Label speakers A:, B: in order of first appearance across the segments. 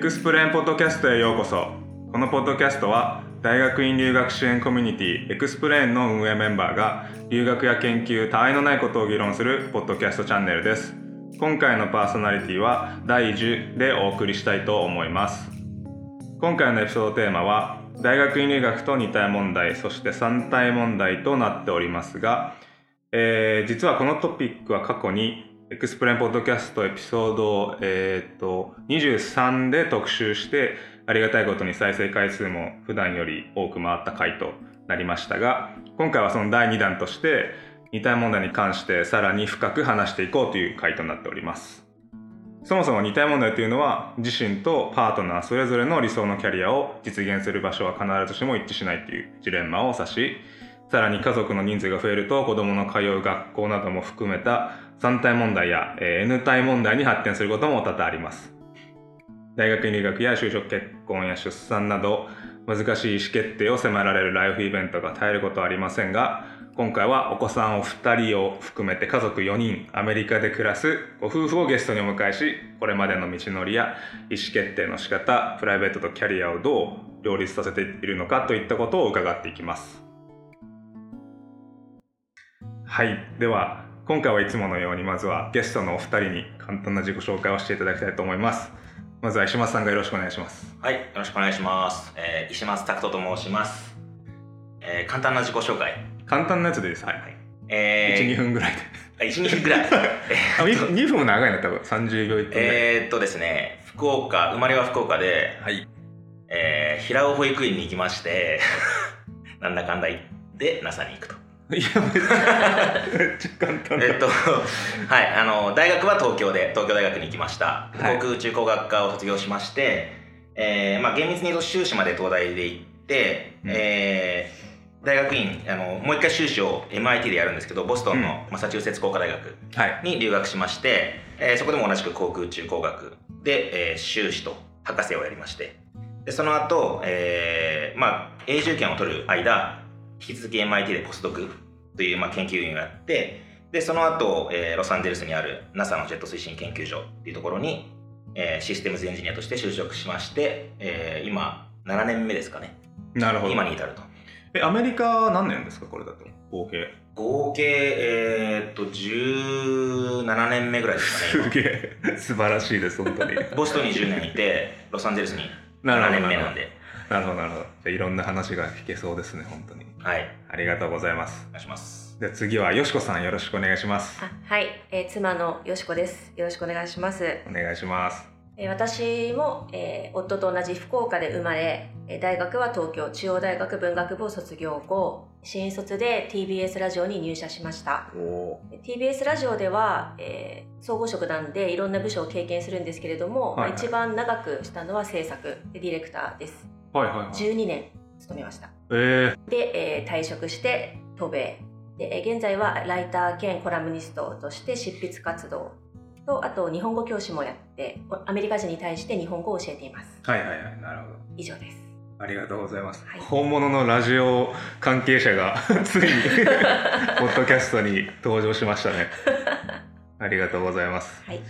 A: クスプレーンポッドキャストへようこそこのポッドキャストは大学院留学支援コミュニティエクスプレーンの運営メンバーが留学や研究他愛のないことを議論するポッドキャストチャンネルです今回のパーソナリティは第10でお送りしたいと思います今回のエピソードテーマは大学院留学と2体問題そして3体問題となっておりますが、えー実はこのトピックは過去にエクスプレンポッドキャストエピソードを、えー、と23で特集してありがたいことに再生回数も普段より多く回った回となりましたが今回はその第2弾として2体問題に関してさらに深く話していこうという回となっております。そもそも二体問題というのは自身とパートナーそれぞれの理想のキャリアを実現する場所は必ずしも一致しないというジレンマを指しさらに家族の人数が増えると子どもの通う学校なども含めた3体問題やえー N 体問題に発展することも多々あります大学院留学や就職結婚や出産など難しい意思決定を迫られるライフイベントが絶えることはありませんが今回はお子さんお二人を含めて家族4人アメリカで暮らすご夫婦をゲストにお迎えしこれまでの道のりや意思決定の仕方プライベートとキャリアをどう両立させているのかといったことを伺っていきますはいでは今回はいつものようにまずはゲストのお二人に簡単な自己紹介をしていただきたいと思いますまずは石松さんがよろしくお願いします
B: はい、よろしくお願いします。えー、石松拓人と申します。えー、簡単な自己紹介。
A: 簡単なやつでいいですはい、
B: え
A: 12
B: ー、
A: 分ぐらいで
B: あ1、2分ぐらい。
A: あ2分も長いな多分30秒いっぱいぐらい
B: えーっとですね、福岡、生まれは福岡で、
A: はい
B: えー、平尾保育園に行きまして、 なんだかんだ言って、NASA に行くと。
A: いやめっちゃめっちゃ簡単だ、
B: えっと、はい、あの、大学は東京で、東京大学に行きました。
A: はい
B: 航空宇宙工学科を卒業しまして、えー、まあ厳密に言うと修士まで東大で行って、
A: うん
B: えー、大学院、あの、もう一回修士を MIT でやるんですけど、ボストンのマサチューセッツ工科大学
A: はい
B: に留学しまして、えーそこでも同じく航空宇宙工学で、えー修士と博士をやりまして、でその後、えーまあ、永住権を取る間、引き続き MIT でポスドクという、まあ、研究員をやって、で、その後、えーロサンゼルスにある NASA のジェット推進研究所っていうところに、えーシステムズエンジニアとして就職しまして、えー今、7年目ですかね。
A: なるほど
B: 今に至ると。
A: えアメリカは何年ですかこれだと合計
B: 合計、えーっと、17年目ぐらいですかね。
A: すげえ素晴らしいです本 当に
B: 今ボストンに10年いて、ロサンゼルスに
A: な
B: 7
A: るほどな
B: 年目
A: る
B: な
A: ほ
B: んで。
A: どなるほどなるほどじゃあいろんな話が聞けそうですね本当に
B: はい。
A: ありがとうございます
B: お願いします。
A: じゃあ次はよしこさんよろしくお願いします
C: あはい、えー妻のよしこです。よろしくお願いします。え
A: お願いします
C: ー私も、えー夫と同じ福岡で生まれ、えー大学は東京中央大学文学部を卒業後、新卒で TBS ラジオに入社しました。
A: おお
C: TBS ラジオでは、えー総合職なんでいろんな部署を経験するんですけれども、
A: はいはい
C: まあ一番長くしたのは制作ディレクターです。
A: はいはいはい
C: 12年勤めました。
A: え
C: で、えー退職して渡米でえー現在はライター兼コラムニストとして執筆活動とあと日本語教師もやっておアメリカ人に対して日本語を教えています
A: ー、はいはいはいなるほど
C: 以上です
A: ありがとうございます、
C: はい
A: 本物のラジオ関係者が ついにポッドキャストに登場しました ねありがとうございます、
C: はい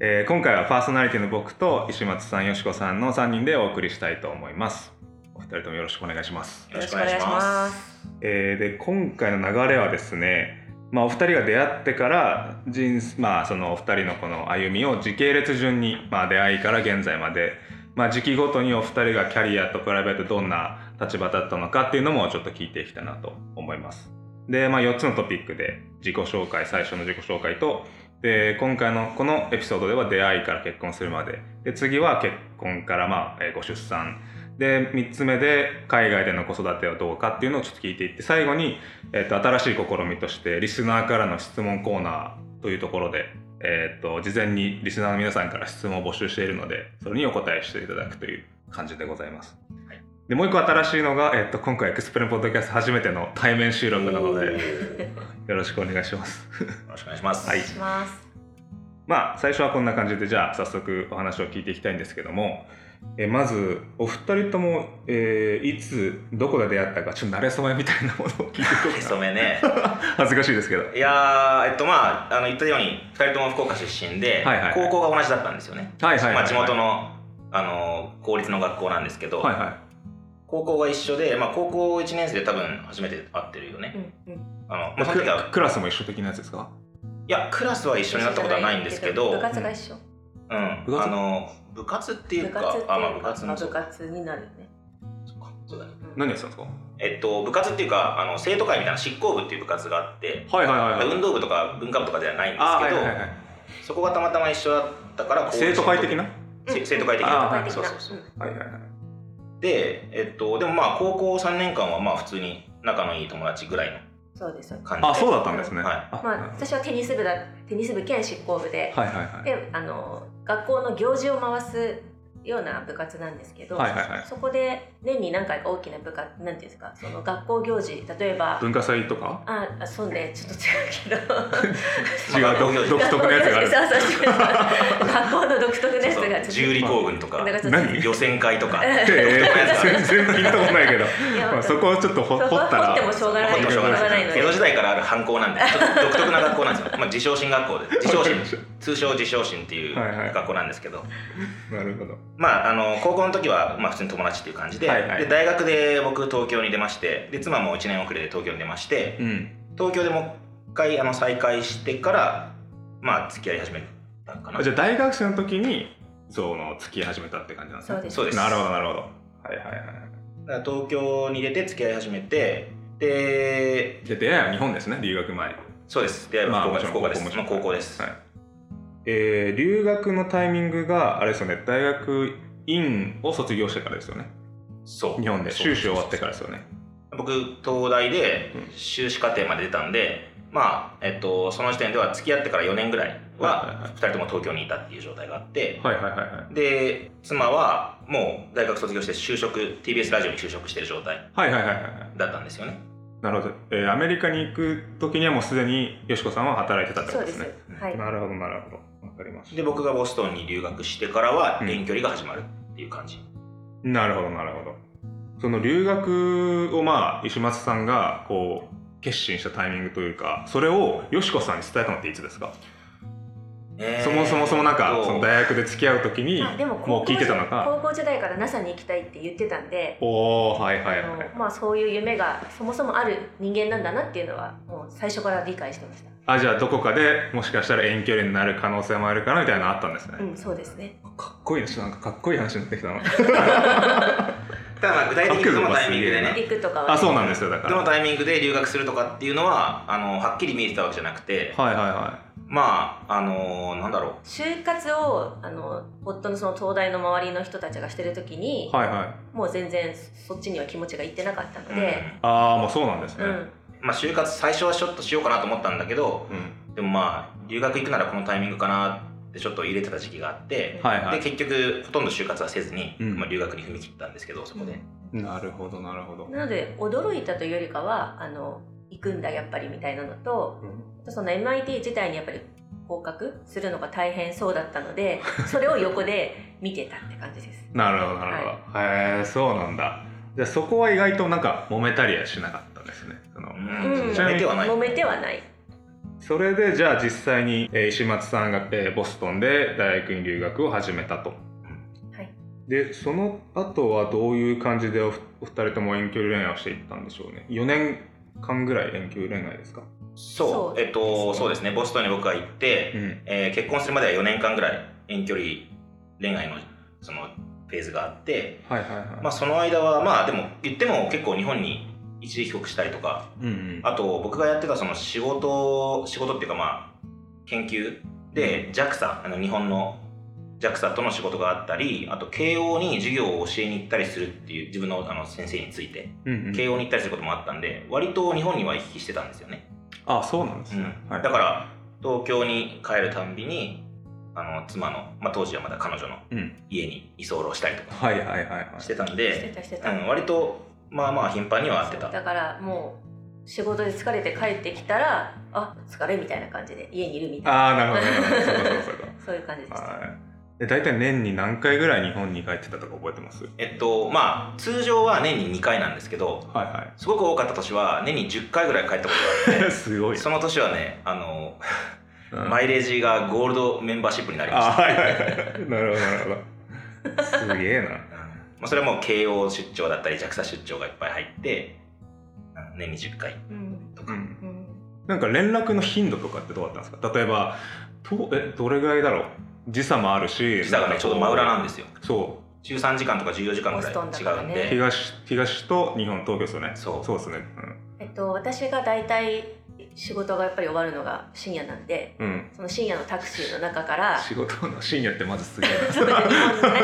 A: えー今回はパーソナリティの僕と石松さんよしこさんの3人でお送りしたいと思いますお二人ともよろしくお願いします、
B: よろしくお願いし
C: よろしくお願
B: ま。
C: いします
A: えーで今回の流れはですねまあ、お二人が出会ってから人生、まあ、そのお二人のこの歩みを時系列順に、まあ、出会いから現在までまあ、時期ごとにお二人がキャリアとプライベートどんな立場だったのかっていうのもちょっと聞いていきたいなと思います。で、まあ、4つのトピックで自己紹介最初の自己紹介とで今回のこのエピソードでは出会いから結婚するまでで次は結婚から、まあえーご出産で3つ目で海外での子育てはどうかっていうのをちょっと聞いていって最後に、えー、と新しい試みとしてリスナーからの質問コーナーというところでえー、と事前にリスナーの皆さんから質問を募集しているのでそれにお答えしていただくという感じでございます。
B: い
A: でもう一個新しいのが、えー、と今回エクスプレンポッドキャスト初めての対面収録なの
B: お
A: で
B: ーよ
A: よろしくお願いします。
B: ろしくお願いします。
A: はい
C: します
A: まあ最初はこんな感じでじゃあ早速お話を聞いていきたいんですけども、えーまずお二人とも、えーいつどこで出会ったかちょっと慣れ初めみたいなものを聞いて く
B: へ
A: だ
B: そ
A: さい
B: めね。
A: 恥ずかしいですけど。
B: いやーえっとまああの言ったように2人とも福岡出身で、
A: はいはいはい
B: 高校が同じだったんですよね、
A: はいはいはいはい
B: まあ、地元のあの公立の学校なんですけど、
A: はいはい
B: 高校が一緒で、まあ、高校1年生で多分初めて会ってるよね、
C: うんうん
B: あのまあ、その時
A: ク
B: は
A: クラスも一緒的なやつですか
B: いやクラスは一緒になったことはないんですけど
C: 部活が一緒、
B: うん、
A: 部活
B: あの部活っていう
C: 部活
B: か
C: っていうか
B: あ、まあ、部活
C: ま
B: の
C: あ
B: そ
C: 部
B: うか
C: 活になるよね、
B: そうだね
C: うん
A: 何やってたんですか
B: えっと部活っていうかあの生徒会みたいな執行部っていう部活があって、
A: はいはいはいはい
B: 運動部とか文化部とかではないんで
A: あー
B: す
A: は
B: け
A: い
B: ど、
A: はいはい
B: そこがたまたま一緒だったから
A: 生徒会的な
B: せ生徒会的
A: な
C: うん
B: そうそうそううん
A: はいはいはい
B: で、えっと、でもまあ高校3年間はまあ普通に仲のいい友達ぐらいの
C: そうですそうです
B: 感じで
A: あそうだったんですね
B: はい
A: あ
C: まあ、私はテニス部だテニス部兼執行部で、
A: はいはいはい
C: であの学校の行事を回すような部活なんですけど、
A: はいはいはい
C: そこで年に何回か大きな部活なんていうんですかその学校行事例えば
A: 文化祭とか
C: ああそうねちょっと違うけど
A: 違う
B: まあ
A: 独 独特のやつがある
C: そうそうそう学校の独特なやつ
B: そうそう
C: がちょ
B: 十
C: っ
B: 里行軍とか
C: なんかちょっと
A: 何
B: 予選会とか
C: え
A: え
B: 独特のやつがあ
A: ー
B: る
A: 全然聞いたこと ないけど
C: といや
A: まあそこをちょっと掘
C: そ
A: 掘
C: こ
A: っ
C: は
A: た
C: 掘
A: ら
C: ってもしょうがない
B: ほ
C: し
B: ってもしょ
C: ょう
B: う
C: が
B: がない
C: ないの
B: 江戸
C: で
B: 時代からある藩校なんでちょっと独特な学校なんですよ、まあ、自称神学校で自称神通称自称神っていう
A: はいはい
B: 学校なんですけど、
A: なるほど
B: まあ、あの高校の時は、まあ、普通に友達っていう感じで,、
A: はいはい
B: で大学で僕東京に出ましてで妻も1年遅れで東京に出まして
A: うん
B: 東京でもう一回あの再会してから、まあ、付き合い始めたかな
A: あじゃあ大学生の時にその付き合い始めたって感じなんです
C: そう
A: ね
C: です
B: そうです
A: なるほどなるほどはいはいはい
B: だから東京に出て付き合い始めてで
A: で出会いは日本ですね留学前
B: そうです出会いは福岡,、
A: もちろん
B: 福岡です
A: もち
B: ま
A: ろ
B: あ
A: ん
B: 高校です、
A: はいえー留学のタイミングがあれですよね大学院を卒業してからですよね
B: そう
A: 日本で
B: そう
A: 修士終わってからですよね
B: 僕東大で
A: うん
B: 修士課程まで出たんで、まあえっとその時点では付き合ってから4年ぐらい
A: はいはいは
B: はい2人とも東京にいたっていう状態があって、
A: はいはいはいはい
B: で妻はもう大学卒業して就職 TBS ラジオに就職してる状態
A: はいはいはいはいはい
B: だったんですよね
A: なるほど、えーアメリカに行く時にはもうすでによしこさんは働いてたってこ
C: そう
A: と
C: で
A: です
C: す
A: ね
C: はい
A: なるほどなるほどわかりまし
B: で僕がボストンに留学してからは
A: うん
B: 遠距離が始まるっていう感じ、
A: たなるほどなるほどその留学をまあ石松さんがこう決心したタイミングというかそれをよしこさんに伝えたのっていつですか、
B: えー
A: そもそもそもなんか
B: と
A: その大学で付き合う時に
C: あでも
A: もう聞いてたのか
C: 高校時代から NASA に行きたいって言ってたんで、
A: おおはいはいは
C: あ
A: い
C: のまあ、そういう夢がそもそもある人間なんだなっていうのはもう最初から理解してました、
A: あじゃあどこかでもしかしたら遠距離になる可能性もあるかなみたいなのあったんです
C: う
A: ね、
C: ん、そうですね
A: かっこいいなちょっとなんかかっこいい話になってきたな
B: ただまあ具体的にどのタイミングで
A: あ
B: ね
C: 行くとかはね、
A: あそうなんですよだか
B: ど
A: ら
B: のタイミングで留学するとかっていうのはあのはっきり見えてたわけじゃなくて
A: はいはいは
B: まああのなんだろう
C: 就活をあの夫のその東大の周りの人たちがしてる時に
A: い、はいはい
C: もう全然そっちには気持ちがいってなかったの
B: うん
C: で、
A: ああもうそうなんです
C: う
A: ね、
C: ん
B: まあ、就活最初はちょっとしようかなと思ったんだけど
A: うん
B: でもまあ留学行くならこのタイミングかなってちょっと入れてた時期があって、
A: はいは
B: で結局ほとんど就活はせずに、
A: うん
B: まあ、留学に踏み切ったんですけどそこで、
A: いなるほどなるほど
C: なので驚いたというよりかはあの行くんだやっぱりみたいなのとその MIT 自体にやっぱり合格するのが大変そうだった のでそれを横で見てたって感じです
A: なるほどなるほど、へえそうなんだじゃあそこは意外となんか揉めたりはしなかったんですねその
B: うん
C: うん
B: 揉めてはない
C: 揉めてはない
A: それでじゃあ実際に、えー石松さんが、えーボストンで大学院留学を始めたと、
C: はい
A: でその後はどういう感じでおお二人とも遠距離恋愛をしていったんでしょうね4年間ぐらい遠距離恋愛ですか
B: そう
C: そう
B: えっとそうですねボストンに僕は行って、
A: うん
B: えー結婚するまでは4年間ぐらい遠距離恋愛のそのフェーズがあって、
A: はいはいはい、
B: まあ、その間はまあでも言っても結構日本に一時帰国したりとか
A: うんうん、
B: あと僕がやってたその仕事仕事っていうかまあ研究で JAXA あの日本の JAXA との仕事があったりあと慶応に授業を教えに行ったりするっていう自分のあの先生について
A: うんうん
B: 慶応に行ったりすることもあったんで割と日本には行き来してたんですよね、
A: あそうなんです
B: うん
A: ね、はい、
B: だから東京に帰るたんびにあの妻の、まあ、当時はまだ彼女の
A: うん
B: 家に居候したりとか
A: はいはいはいはい
B: してたん
C: して
B: で、
C: たして
B: う
C: た、
B: ん、割とまあまあ頻繁には会ってた
C: だからもう仕事で疲れて帰ってきたらあ疲れみたいな感じで家にいるみたいな
A: ああなるほどねそうかそうかそうか
C: そういう感じでした
A: はい。で大体年に何回ぐらい日本に帰ってたとか覚えてますはい
B: えっとまあ通常は年に2回なんですけど
A: は
B: すごく多かった年は年に10回ぐらい帰ったことがあって
A: すごい。
B: その年はねあの、
A: うん
B: マイレージがゴールドメンバーシップになりま
A: あ
B: し
A: はいはいはい。なるほどなるほど。すげえな。
B: うんまあ、それはもう慶応出張だったり JAXA 出張がいっぱい入ってうん年20回
C: うん
B: と
A: う
B: か、
A: ん。
C: うん
A: なんか連絡の頻度とかってどうだったんですか例えば、とえどれぐらいだろう時差もあるし、
B: 時差がねちょうど真裏なんですよ
A: そ
B: 13時間とか14時間ぐらい
C: ボストンだ
B: 違
C: から
B: うん
C: ね
A: う。
B: で、
A: 東、東と日本、東京ですよね。
B: そう
A: そうですね。
C: えっと私が大体仕事がやっぱり終わるのが深夜なんで
A: うん。うん。
C: その深夜のタクシーの 中から
A: 仕事の深夜ってまずすげえ な。
C: そうです日本のね
A: はい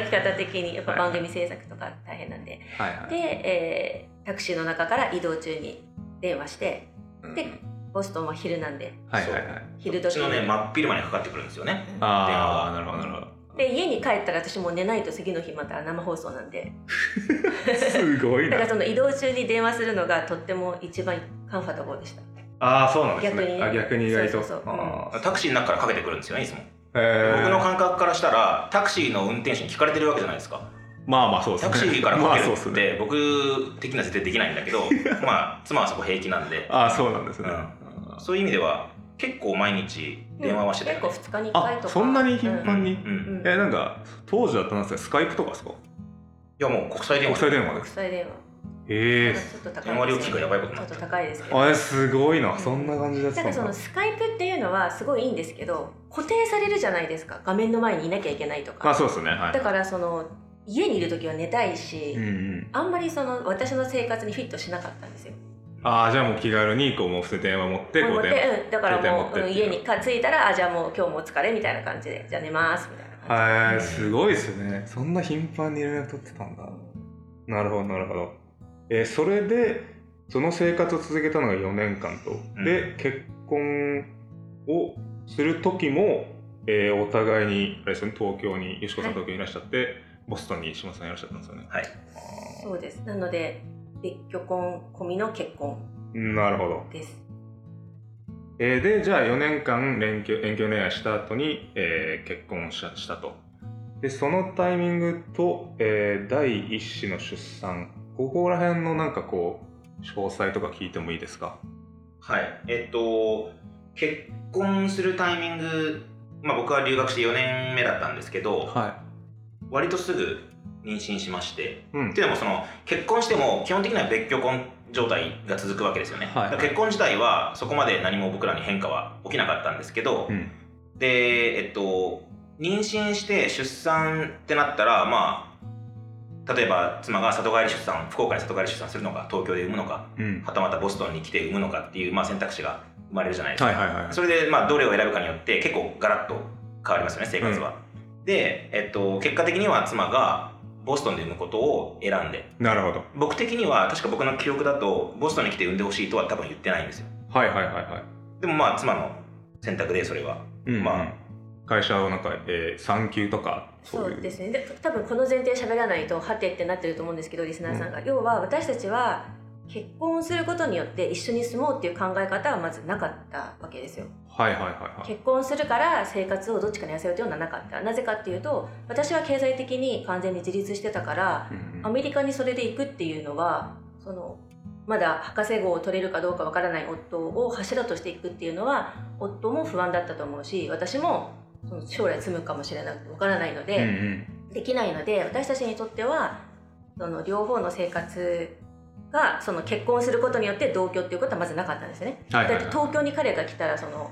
C: 働き方的にやっぱ番組制作とか大変なんで
A: はい。
C: で、えータクシーの中から移動中に電話して
A: うん
C: でボストンは昼なんで
A: はいはいはい。
C: 昼
B: う
C: 時
B: ちのね
C: に、
B: 真っ昼間にかかってくるんですよね
A: ああ、な
B: 電
A: る
B: 話
A: ほ
B: が
A: ど、なるほど。
C: で家に帰ったら私もう寝ないと次の日また生放送なんで
A: すごい
C: だ
A: な
C: から。その移動中に電話するのがとっても一番カンファタボーでした
A: ああ、そうなんですね。
C: 逆に
A: あ逆に意外と。
C: そうそうそう
A: あー
B: タクシーの中からかけてくるんですよねいつも、
A: へー
B: 僕の感覚からしたらタクシーの運転手に聞かれてるわけじゃないですか
A: まあまあそうです
B: タ
A: ね。
B: クシーから
A: ま
B: か
A: あ
B: け
A: そう
B: る
A: っす
B: っ
A: ね。
B: て僕的には絶対できないんだ けどまあ妻はそこ平気なんで
A: ああ、そうなんですね。
B: うん
A: あー
B: そういう意味では結構毎日電話はしてたよね、
C: 結構2日に1回と
A: あ
C: か
A: そんなに頻
C: うん
A: 繁に、
B: うんうん
C: うん
A: えなんか当時だったんですかスカイプとかですか
B: いやもう国際電
A: 国
B: 話
A: 際
B: で
A: 電話で
C: 国
A: す
C: 際電話
A: え
C: ちょっと高いですよね
B: 電話料金がやばいことに
C: ちょ
B: なっ
C: っ
B: ちゃっ
C: と
B: た
C: 高いですけ
A: え
C: ど
A: あれすごいな、そんな感じでやって
C: だ
A: た
C: から
A: ん
C: そ
A: だ
C: のスカイプっていうのはすごいいいんですけど固定されるじゃないですか画面の前にいなきゃいけないと
A: まあ
C: か
A: そうですねはい
C: だからその家にいる時は寝たいし、
A: うんうん、
C: あんまりその私の生活にフィットしなかったんですよ。
A: ああじゃあもう気軽にこうもう普通に電話持ってこ
C: 思
A: う
C: って
A: 電話
C: うん、だからもう、
A: 携帯持って
C: うん
A: っていう
C: 家にか着いたらあじゃあもう今日もお疲れみたいな感じでじゃあ寝ますみたいな感じ
A: は
B: うん
A: いすごいですねそんな頻繁に連絡取ってたんだなるほどなるほどえーそれでその生活を続けたのが4年間と、
B: うん
A: で結婚をする時も、えーお互いにあれですね東京によしこさん
C: はい
A: 東京にいらっしゃって、ボストンに島さんいらっしゃったんですよね
B: はい
C: そうですなので別居婚込みの結婚
A: なるほど、
C: です
A: えーでじゃあ4年間連休遠距離恋愛した後に、えー結婚ししたとでそのタイミングと、えー第一子の出産ここら辺のなんかこう詳細とか聞いてもいいですか
B: はい、えっと結婚するタイミング、まあ、僕は留学して4年目だったんですけど、
A: は
B: 割とすぐ妊娠しまして
A: いうん
B: っていうのもその結婚しても基本的には別居婚状態が続くわけですよね、
A: はい
B: だから結婚自体はそこまで何も僕らに変化は起きなかったんですけど、
A: うん
B: でえっと妊娠して出産ってなったらまあ例えば妻が里帰り出産福岡に里帰り出産するのか東京で産むのか
A: うん
B: はたまたボストンに来て産むのかっていう、まあ、選択肢が生まれるじゃないですか、
A: はいはいはい
B: それで、まあ、どれを選ぶかによって結構ガラッと変わりますよね生活は、で、えっと、結果的には妻がボストンで産むことを選んで
A: なるほど
B: 僕的には確か僕の記憶だとボストンに来て産んでほしいとは多分言ってないんですよ
A: はいはいはいはい、
B: でもまあ妻の選択でそれは
A: うん
B: まあ
A: 会社をなんか、えー、産休とか
C: そうですすねで多分この前提喋らないとハテってなってると思うんですけどリスナーさんが、要は私たちは結婚することによって一緒に住もうっていう考え方はまずなかったわけですよ
A: はいはいはいはい
C: 結婚するから生活をどっちかに痩せようというのはなかったなぜかっていうと私は経済的に完全に自立してたから
A: うん
C: アメリカにそれで行くっていうのはそのまだ博士号を取れるかどうかわからない夫を柱としていくっていうのは夫も不安だったと思うし私もその将来住むかもしれなくてわからないので、
A: うんうん
C: できないので私たちにとってはその両方の生活がその結婚することによって同居っていうことはまずなかったんですよね。
A: はいはい
C: だっ
A: は
C: て
A: い
C: 東京に彼が来たらその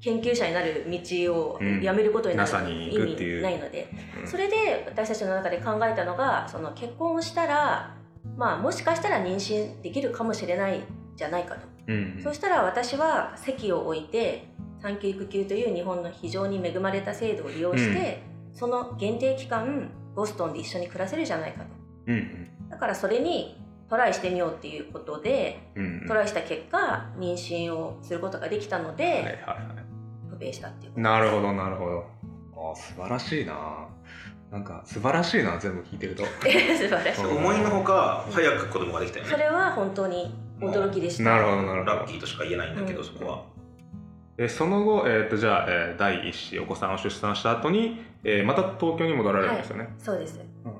C: 研究者になる道を
A: うん
C: やめることにな
A: NASA
C: る
A: に
C: 意
A: 行くっていう
C: 味ないので、
A: うん
C: それで私たちの中で考えたのがその結婚をしたら、まあ、もしかしたら妊娠できるかもしれないじゃないかと。
A: うん
C: そしたら私は籍を置いて産休育休という日本の非常に恵まれた制度を利用して、その限定期間ボストンで一緒に暮らせるじゃないかと
A: うんうん
C: だからそれにトライしてみようっていうことで
A: うんうん
C: トライした結果妊娠をすることができたので、
A: はいはいは
C: 渡米したっていうこ
A: いなるほどなるほどあー素晴らしいななんか素晴らしいな全部聞いてると
C: と 素晴らしい
A: うん
B: 思いのほか早く子供ができたよ
C: そ
B: ね
C: れは本当に驚きでした
A: なるほどなるほ
B: ラ
A: ど
B: ッキーとしか言えないんだけど、
C: うん
B: そこは
A: でその後、えー、とじゃあ、えー第一子お子さんを出産した後に、えーまた東京に戻られるんですよね、
C: そうです
A: うんうん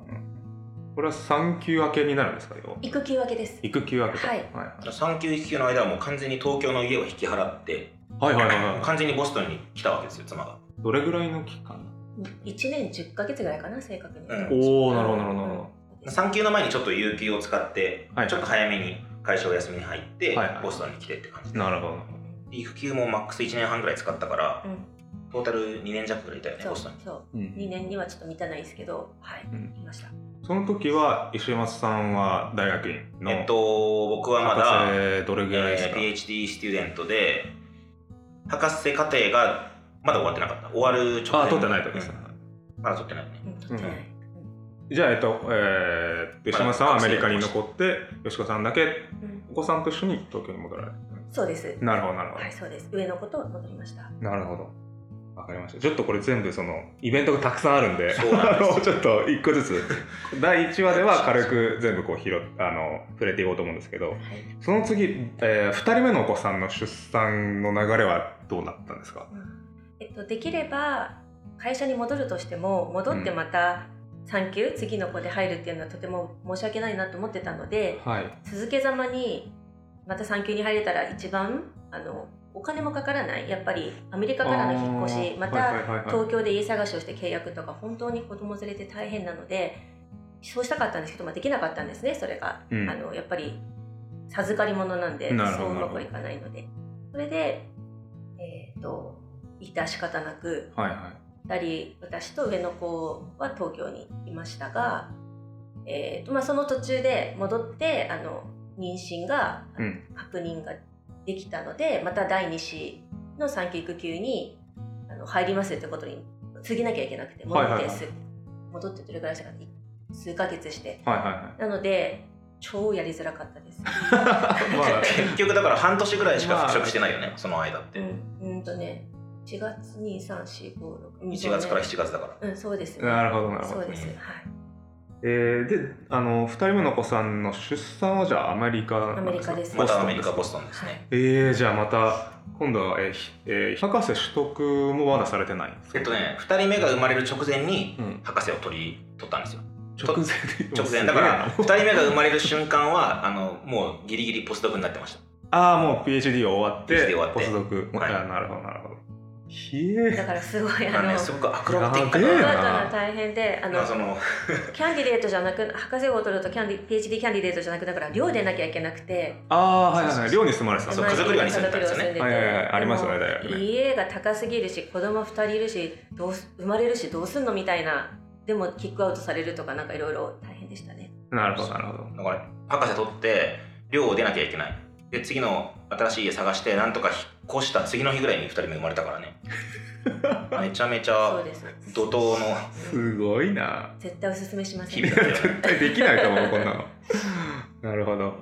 A: これは産休明けになるんですか要は
C: 育休明けです
A: 育休明けと
C: はい
A: はい
B: 産休育休の間はもう完全に東京の家を引き払って
A: はいはいはいはい
B: 完全にボストンに来たわけですよ妻が
A: どれぐらいの期間
C: 1年10ヶ月ぐらいかな正確に言うと、
B: うん
A: おおなるほどなるほどなるほ
B: 産休の前にちょっと有給を使って、
A: はい
B: ちょっと早めに会社お休みに入って、
A: はいはい
B: ボストンに来てって感じ
A: どなるほど
B: 育休もマックス1年半ぐらい使ったから、
C: うん
B: トータル2年弱ぐらいいたよね
C: そ
B: ボ
C: う
B: スト
C: そ
B: ンに
C: う
A: うん
C: 2年にはちょっと満たないですけどはい、
A: うん
C: いました
A: その時は石松さんは大学院の
B: えっと僕はまだ、
A: 博士どれぐらいです
B: え
A: か、
B: ー PhD スチューデントで博士課程がまだ終わってなかった終わる直前
A: あ取ってない時ですね
B: うんまだ取ってないね
C: うん取ってない
A: じゃあえっと、えー、石松さんはアメリカに残って吉子さんだけ
C: うん
A: お子さんと一緒に東京に戻られる
C: そうです
A: なるほどなるほど、
C: はいそうです上の子と戻りました
A: なるほどわかりましたちょっとこれ全部そのイベントがたくさんあるんで
B: そうなんです よ
A: あのちょっと一個ずつ 第1話では軽く全部こう拾っあの触れていこうと思うんですけど
C: はい
A: その次、え2人目のお子さんの出産の流れはどうなったんですか
C: えっと、できれば会社に戻るとしても戻ってまた産休、次の子で入るっていうのはとても申し訳ないなと思ってたので
A: はい
C: 続けざまにまた産休に入れたら一番あのお金もかからないやっぱりアメリカからの引っ越しまた、東京で家探しをして契約とか本当に子供連れて大変なのでそうしたかったんですけど、まあ、できなかったんですねそれが、
A: うん
C: あのやっぱり授かり物なんで
A: なるほど
C: そううまくいかないのでそれでえっ、と致し方なく
A: はいはい
C: 2人私と上の子は東京にいましたが、えーとまあ、その途中で戻ってあの妊娠が、
A: うん
C: 確認ができたのでまた第2子の産休育休にあの入りますってことに過ぎなきゃいけなくて戻って、
A: はいはいはい
C: す戻ってどれぐらいしたかない数ヶ月して
A: はい は
C: なので超やりづらかっ たです、
A: いはいまあ
B: 結局だから半年ぐらいしか復職してないよね、その間って、
C: うん、うんとね1月2345
B: 1月から7月だから、
C: うんそうですね
A: なるほどなるほど
C: そうですはい
A: えーであの2人目のお子さんの出産はじゃあアメリカなん
C: アメリカです
B: またアメリカ
A: ボ
B: ボ
A: ス
B: ストンですね、
A: トンえー、じゃあまた今度は、えーひえー博士取得もまだされてないんですか
B: えっとね2人目が生まれる直前に
A: うん、
B: 博士を取り取ったんですよ
A: 直前で
B: 直前だから2人目が生まれる瞬間はあのもうギリギリポスドクになってました
A: ああもう PhD を終わって
B: PhD 終わって
A: ポスドク、
B: はい
A: あーなるほどなるほどひえ
C: だからすごい
B: だから
C: あの
B: ねすごくアクロバティック
A: やべえ
B: な
A: な
C: だから大変であ
B: あ
C: の
B: のその
C: キャンディデートじゃなく博士号を取るとキャンディ PhD キャンディデートじゃなくだから寮でなきゃいけなくて
A: ああはいはいはい寮に住まれてた
B: そう
A: の
C: まあ
B: 家族寮に住んでたん
C: 家
B: です
C: 族
B: よね
C: 寮に住んで
A: は
C: て
A: いはいはいありますよね
C: でも
A: 大学ね
C: 家が高すぎるし子供二人いるしどうす生まれるしどうすんのみたいなでもキックアウトされるとかなんかいろいろ大変でしたね
A: なるほどなるほど
B: だから博士取って寮を出なきゃいけないで次の新しい家探してなんとか引っ越した次の日ぐらいに2人目生まれたから ねめちゃめち
C: そう
B: ゃ
C: です
B: 怒涛の
A: すごいな
C: 絶対おすすめしませ
B: 日
C: ん
B: 々だったよね
A: 絶対できないと思うこんなの なるほど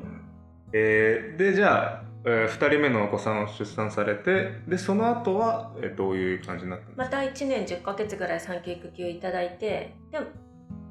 A: えーでじゃあ、え2人目のお子さんを出産されてでその後は、えーどういう感じになったんですか
C: また1年10ヶ月ぐらい産休育休いただいてで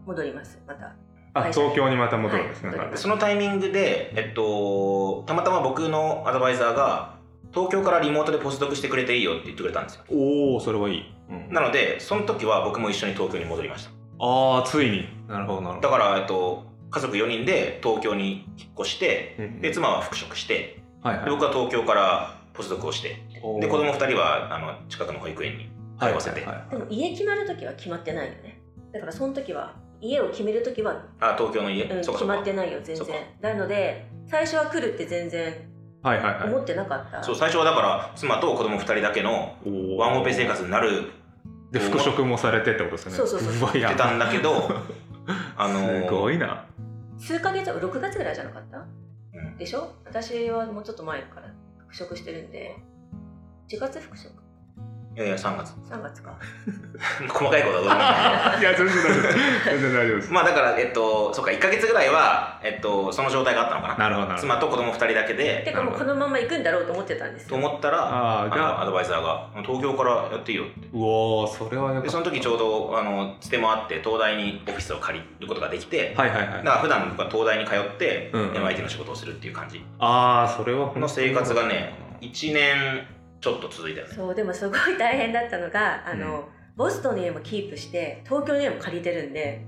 C: 戻りますまた
A: あ東京にまた戻るんですね、
C: はい
A: なるほ
B: で
A: ど
B: そのタイミングで、えっと、たまたま僕のアドバイザーが東京からリモートでポスドクしてくれていいよって言ってくれたんですよ
A: おおそれはいい、うん
B: なのでその時は僕も一緒に東京に戻りました
A: ああついになるほどなるほ
B: だ
A: ど
B: から、えっと、家族4人で東京に引っ越して
A: うんうん
B: で妻は復職して
A: はいは
B: で
A: い、
B: 僕は東京からポスドクをして
A: おー
B: で子供2人はあの近くの保育園に通わせて、
A: はいはい
C: でも家決まる時は決まってないよねだからその時は家を決める時は
B: あ東京の家、
C: うん、
B: そうかそ
C: 決
B: うか
C: まってないよ全
B: そうか
C: 然なので最初は来るって全然
A: はいはいはいはい
C: 思ってなかった、
B: そう最初はだから妻と子供2人だけの
A: おー
B: ワンオペ生活になる
A: で復職もされてってことですよね
C: そうそうそう
A: わや
B: ってたんだけ どあの
A: すごいな
C: 数ヶ月6月ぐらいじゃなかった
B: うん
C: でしょ私はもうちょっと前から復職してるんで1月復職
B: いやいや3月
C: 3月か
B: 細かいことはどうでもいいんだけど
A: いや全然大丈夫です全然大 丈夫です
B: まあだからえっとそうか1か月ぐらいは、えっと、その状態があったのかな
A: なるほどなるほど
B: 妻と子供2人だけで
C: てかもうこのまま行くんだろうと思ってたんです
B: と
C: よ
B: 思ったら
A: あ
B: あ
A: あ
B: のア
A: が
B: ドバイザーが「東京からやっていいよ」って
A: うおーそれはよかっ
B: で
A: た
B: その時ちょうどあのつてもあって東大にオフィスを借りることができて、
A: はいはいは
B: だ
A: い
B: から普段僕は東大に通って、
A: うんうん
B: MIT の仕事をするっていう感じ
A: ああそれは本当に
B: の生活がね1年ちょっと続いたよね
C: そうでもすごい大変だったのがあの、ボストンの家もキープして東京の家も借りてるんで、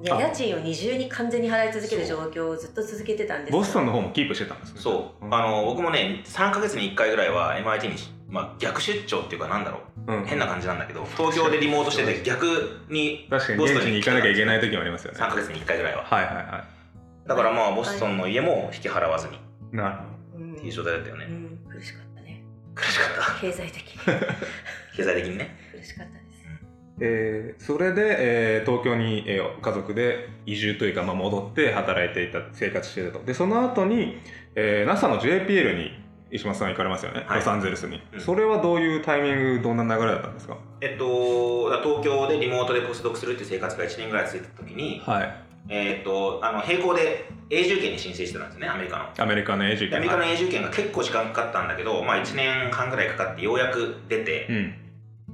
C: ね、
A: あ
C: 家賃を二重に完全に払い続ける状況をずっと続けてたんですよ
A: ボストンの方もキープしてたんですね
B: そう
A: うん
B: あの僕もね3ヶ月に1回ぐらいは MIT にまあ、逆出張っていうかなんだろ
A: うん
B: う変な感じなんだけど東京でリモートしてて逆に
A: 確かに現地に行かなきゃいけない時もありますよね
B: 3
A: はい
B: ヶ月に1回ぐらいは
A: はいは
B: だからまあボストンの家も引き払わずにっ
A: いなるほ
C: うん
B: ていう状態だったよ
C: う
B: ね
C: ん苦しかった ね
B: 苦しかっ
C: 経済的に
B: た経済的にね
C: 苦し かったです
A: ど、えーそれで、えー東京に、えー家族で移住というか、まあ、戻って働いていた生活していたとでその後に、えー NASA の JPL に石松さん行かれますよね、
B: はい
A: ロサンゼルスに、
B: うん
A: それはどういうタイミングどんな流れだったんですか
B: えっとだから東京でリモートでポスドクするっていう生活が1年ぐらい続いた時に、
A: はい
B: えっとあの並行で永住権に申請してたんですねアメリカの
A: アメリカの永住
B: で
A: 権
B: アメリカの
A: はい
B: 永住権が結構時間かかったんだけど、まあ、1年半ぐらいかかってようやく出て、
A: うん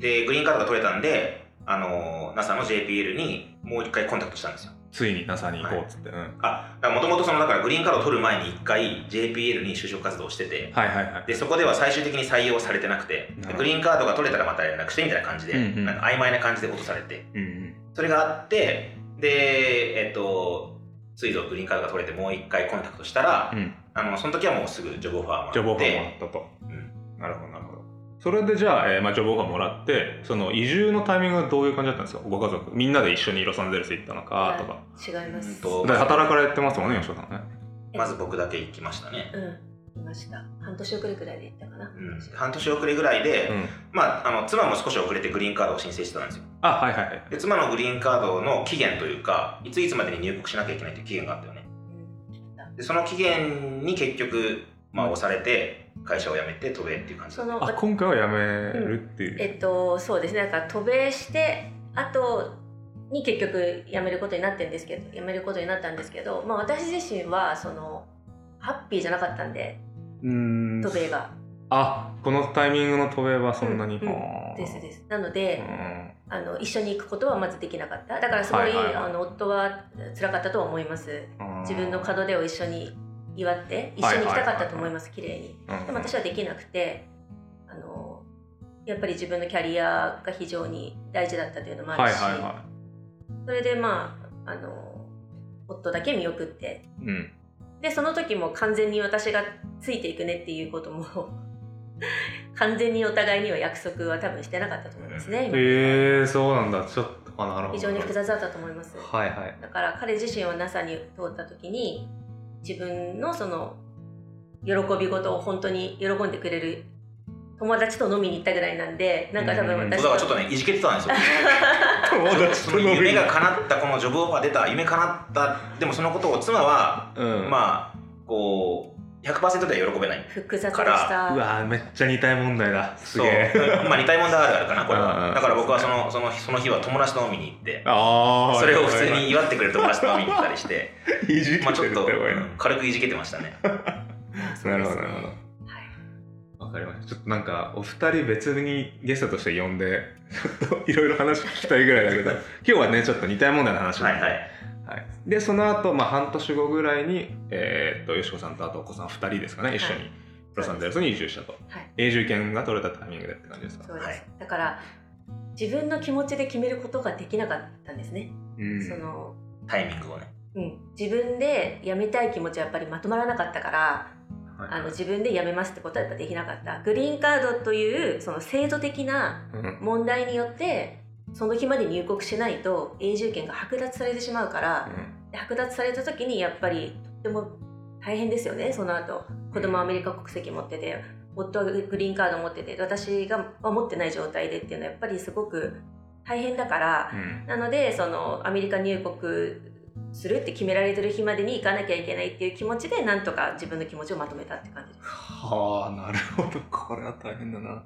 B: でグリーンカードが取れたんで、あの NASA の JPL にもう一回コンタクトしたんですよ
A: ついに NASA に行こうっつって、うん
B: あだからもともとそのだからグリーンカードを取る前に一回 JPL に就職活動をしてて
A: はいはいはい
B: でそこでは最終的に採用されてなくて
A: なるほ
B: で
A: ど
B: グリーンカードが取れたらまた連絡してみたいな感じで、
A: うんうん
B: なんか曖昧な感じで落とされて
A: うんうん
B: それがあってでえっとついぞグリーンカードが取れてもう一回コンタクトしたら、
A: うん
B: あのその時はもうすぐジョブオファーもらって
A: ジョブオファーもらったと、
B: うん
A: なるほどなるほどそれでじゃあ、えーまあ、ジョブオファーもらってその移住のタイミングはどういう感じだったんですかご家族みんなで一緒にロサンゼルス行ったのかとか、
C: 違いま
B: うん
C: す
B: と
A: だから働かれてますもんね吉田さんね
B: まず僕だけ行きましたね、
C: うんいました半年遅れくらいで行ったか
B: う
C: な、
B: ん、半年遅れぐらいで、
A: うん
B: まあ、あの妻も少し遅れてグリーンカードを申請してたんですよ
A: あはいはいはい
B: で妻のグリーンカードの期限というかいついつまでに入国しなきゃいけないという期限があったよね
C: うん
B: でその期限に結局、まあ、押されて会社を辞めて渡米っていう感じだ
C: そ
B: った
C: の
A: あ今回はやめるっていう、
C: えっとそうですねなんか渡米してあとに結局辞めることになってんですけど辞めることになったんですけど、まあ、私自身はそのハッピーじゃなかったんで
A: うーん
C: 渡米が
A: あこのタイミングの渡米はそんなに、
C: うんうん
A: はー
C: ですですなので、
A: うん
C: あの一緒に行くことはまずできなかっただからすごい,、
A: はいはいはい
C: あの夫は辛かったとは思います
A: うん
C: 自分の
A: 家
C: 門出を一緒に祝って一
A: はい
C: 緒
A: はい
C: に行
A: はい
C: きたかったと思います綺麗に
A: 族
C: でも私はできなくてあのやっぱり自分のキャリアが非常に大事だったというのもあ
A: は
C: る
A: い
C: し、
A: はいは
C: それでまああの夫だけ見送って
A: いうん
C: でその時も完全に私がついていくねっていうことも 完全にお互いには約束は多分してなかったと思いますね、今
A: えー、そうなんだちょっとあなるほど
C: 非常に複雑だったと思います
A: はいはい
C: だから彼自身は NASA に通った時に自分のその喜び事を本当に喜んでくれる友達と飲みに行ったぐらいなんでなんか多分
A: うん
C: 私
B: 僕はちょっとねいじけてたんです よ
A: 友
B: その夢が叶ったこのジョブオファー出た夢叶ったでもそのことを妻は、
A: うん
B: まあこう100%では喜べない
C: 複雑でし
A: う
C: た
A: わーめっちゃ似たい問題だす
B: そう
A: げえ
B: まあ似たいもんだあるあるかなこれ
A: うんう
B: は
A: ん
B: だから僕はそのそのその日は友達と飲みに行って
A: ああ
B: それを普通に祝ってくれる友達と飲みに行った りして
A: いじ
B: まあ
A: け
B: ち
A: て
B: ょ
A: る
B: っと
A: とやばい
B: うん軽くいじけてましたね。
A: なるほどなるほど
C: はい
A: わかりましたちょっとなんかお二人別にゲストとして呼んでちょっといろいろ話聞きたいぐらいだけど今日はねちょっと似たい問題の話
B: は
A: ないんで
B: はい。
A: はいでその後、まあ半年後ぐらいにえーっとよしこさんとあとお子さん二人ですかね一緒
C: は
A: にロサンゼルスに移住したと、
C: はい
A: 永住権が取れたタイミングでって感じですか
C: そうです、
B: はい
C: だから自分の気持ちで決めることができなかったんですね、
A: うん
C: その、
B: タイミングをね。
C: うん、自分で辞めたい気持ちはやっぱりまとまらなかったから
A: はい
C: あの自分で辞めますってことはやっぱできなかったグリーンカードというその制度的な
A: うん
C: 問題によってその日まで入国しないと永住権が剥奪されてしまうからで剥奪された時にやっぱりとっても大変ですよねその後子供はアメリカ国籍持ってて夫はグリーンカード持ってて私がは持ってない状態でっていうのはやっぱりすごく大変だから
A: うん
C: なのでそのアメリカ入国するって決められてる日までに行かなきゃいけないっていう気持ちでなんとか自分の気持ちをまとめたって感じです
A: はあなるほどこれは大変だなそ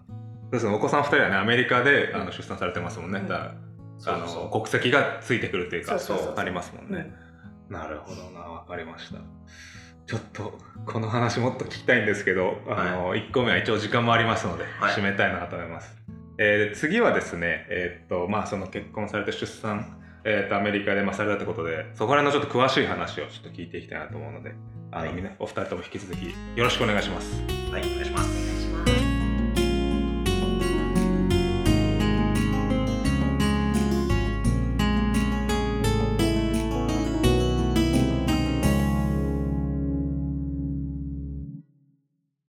A: うですねお子さん二人はねアメリカであの出産されてますもんね、
C: うん
A: だから
B: そう
A: あ
B: そう
A: の国籍がついてくるというか
C: そうそうそう
A: なりますもんね、なるほどなわかりましたちょっとこの話もっと聞きたいんですけど、あの1個目は一応時間もありますので、
B: はい
A: 締めたいなと思います、えー次はですねえーっとまあその結婚されて出産えーっとアメリカでまあされたってことでそこら辺のちょっと詳しい話をちょっと聞いていきたいなと思うのであの、
B: はい
A: みんなお二人とも引き続きよろしくお願いします
B: はい、お願いします。
C: お願いします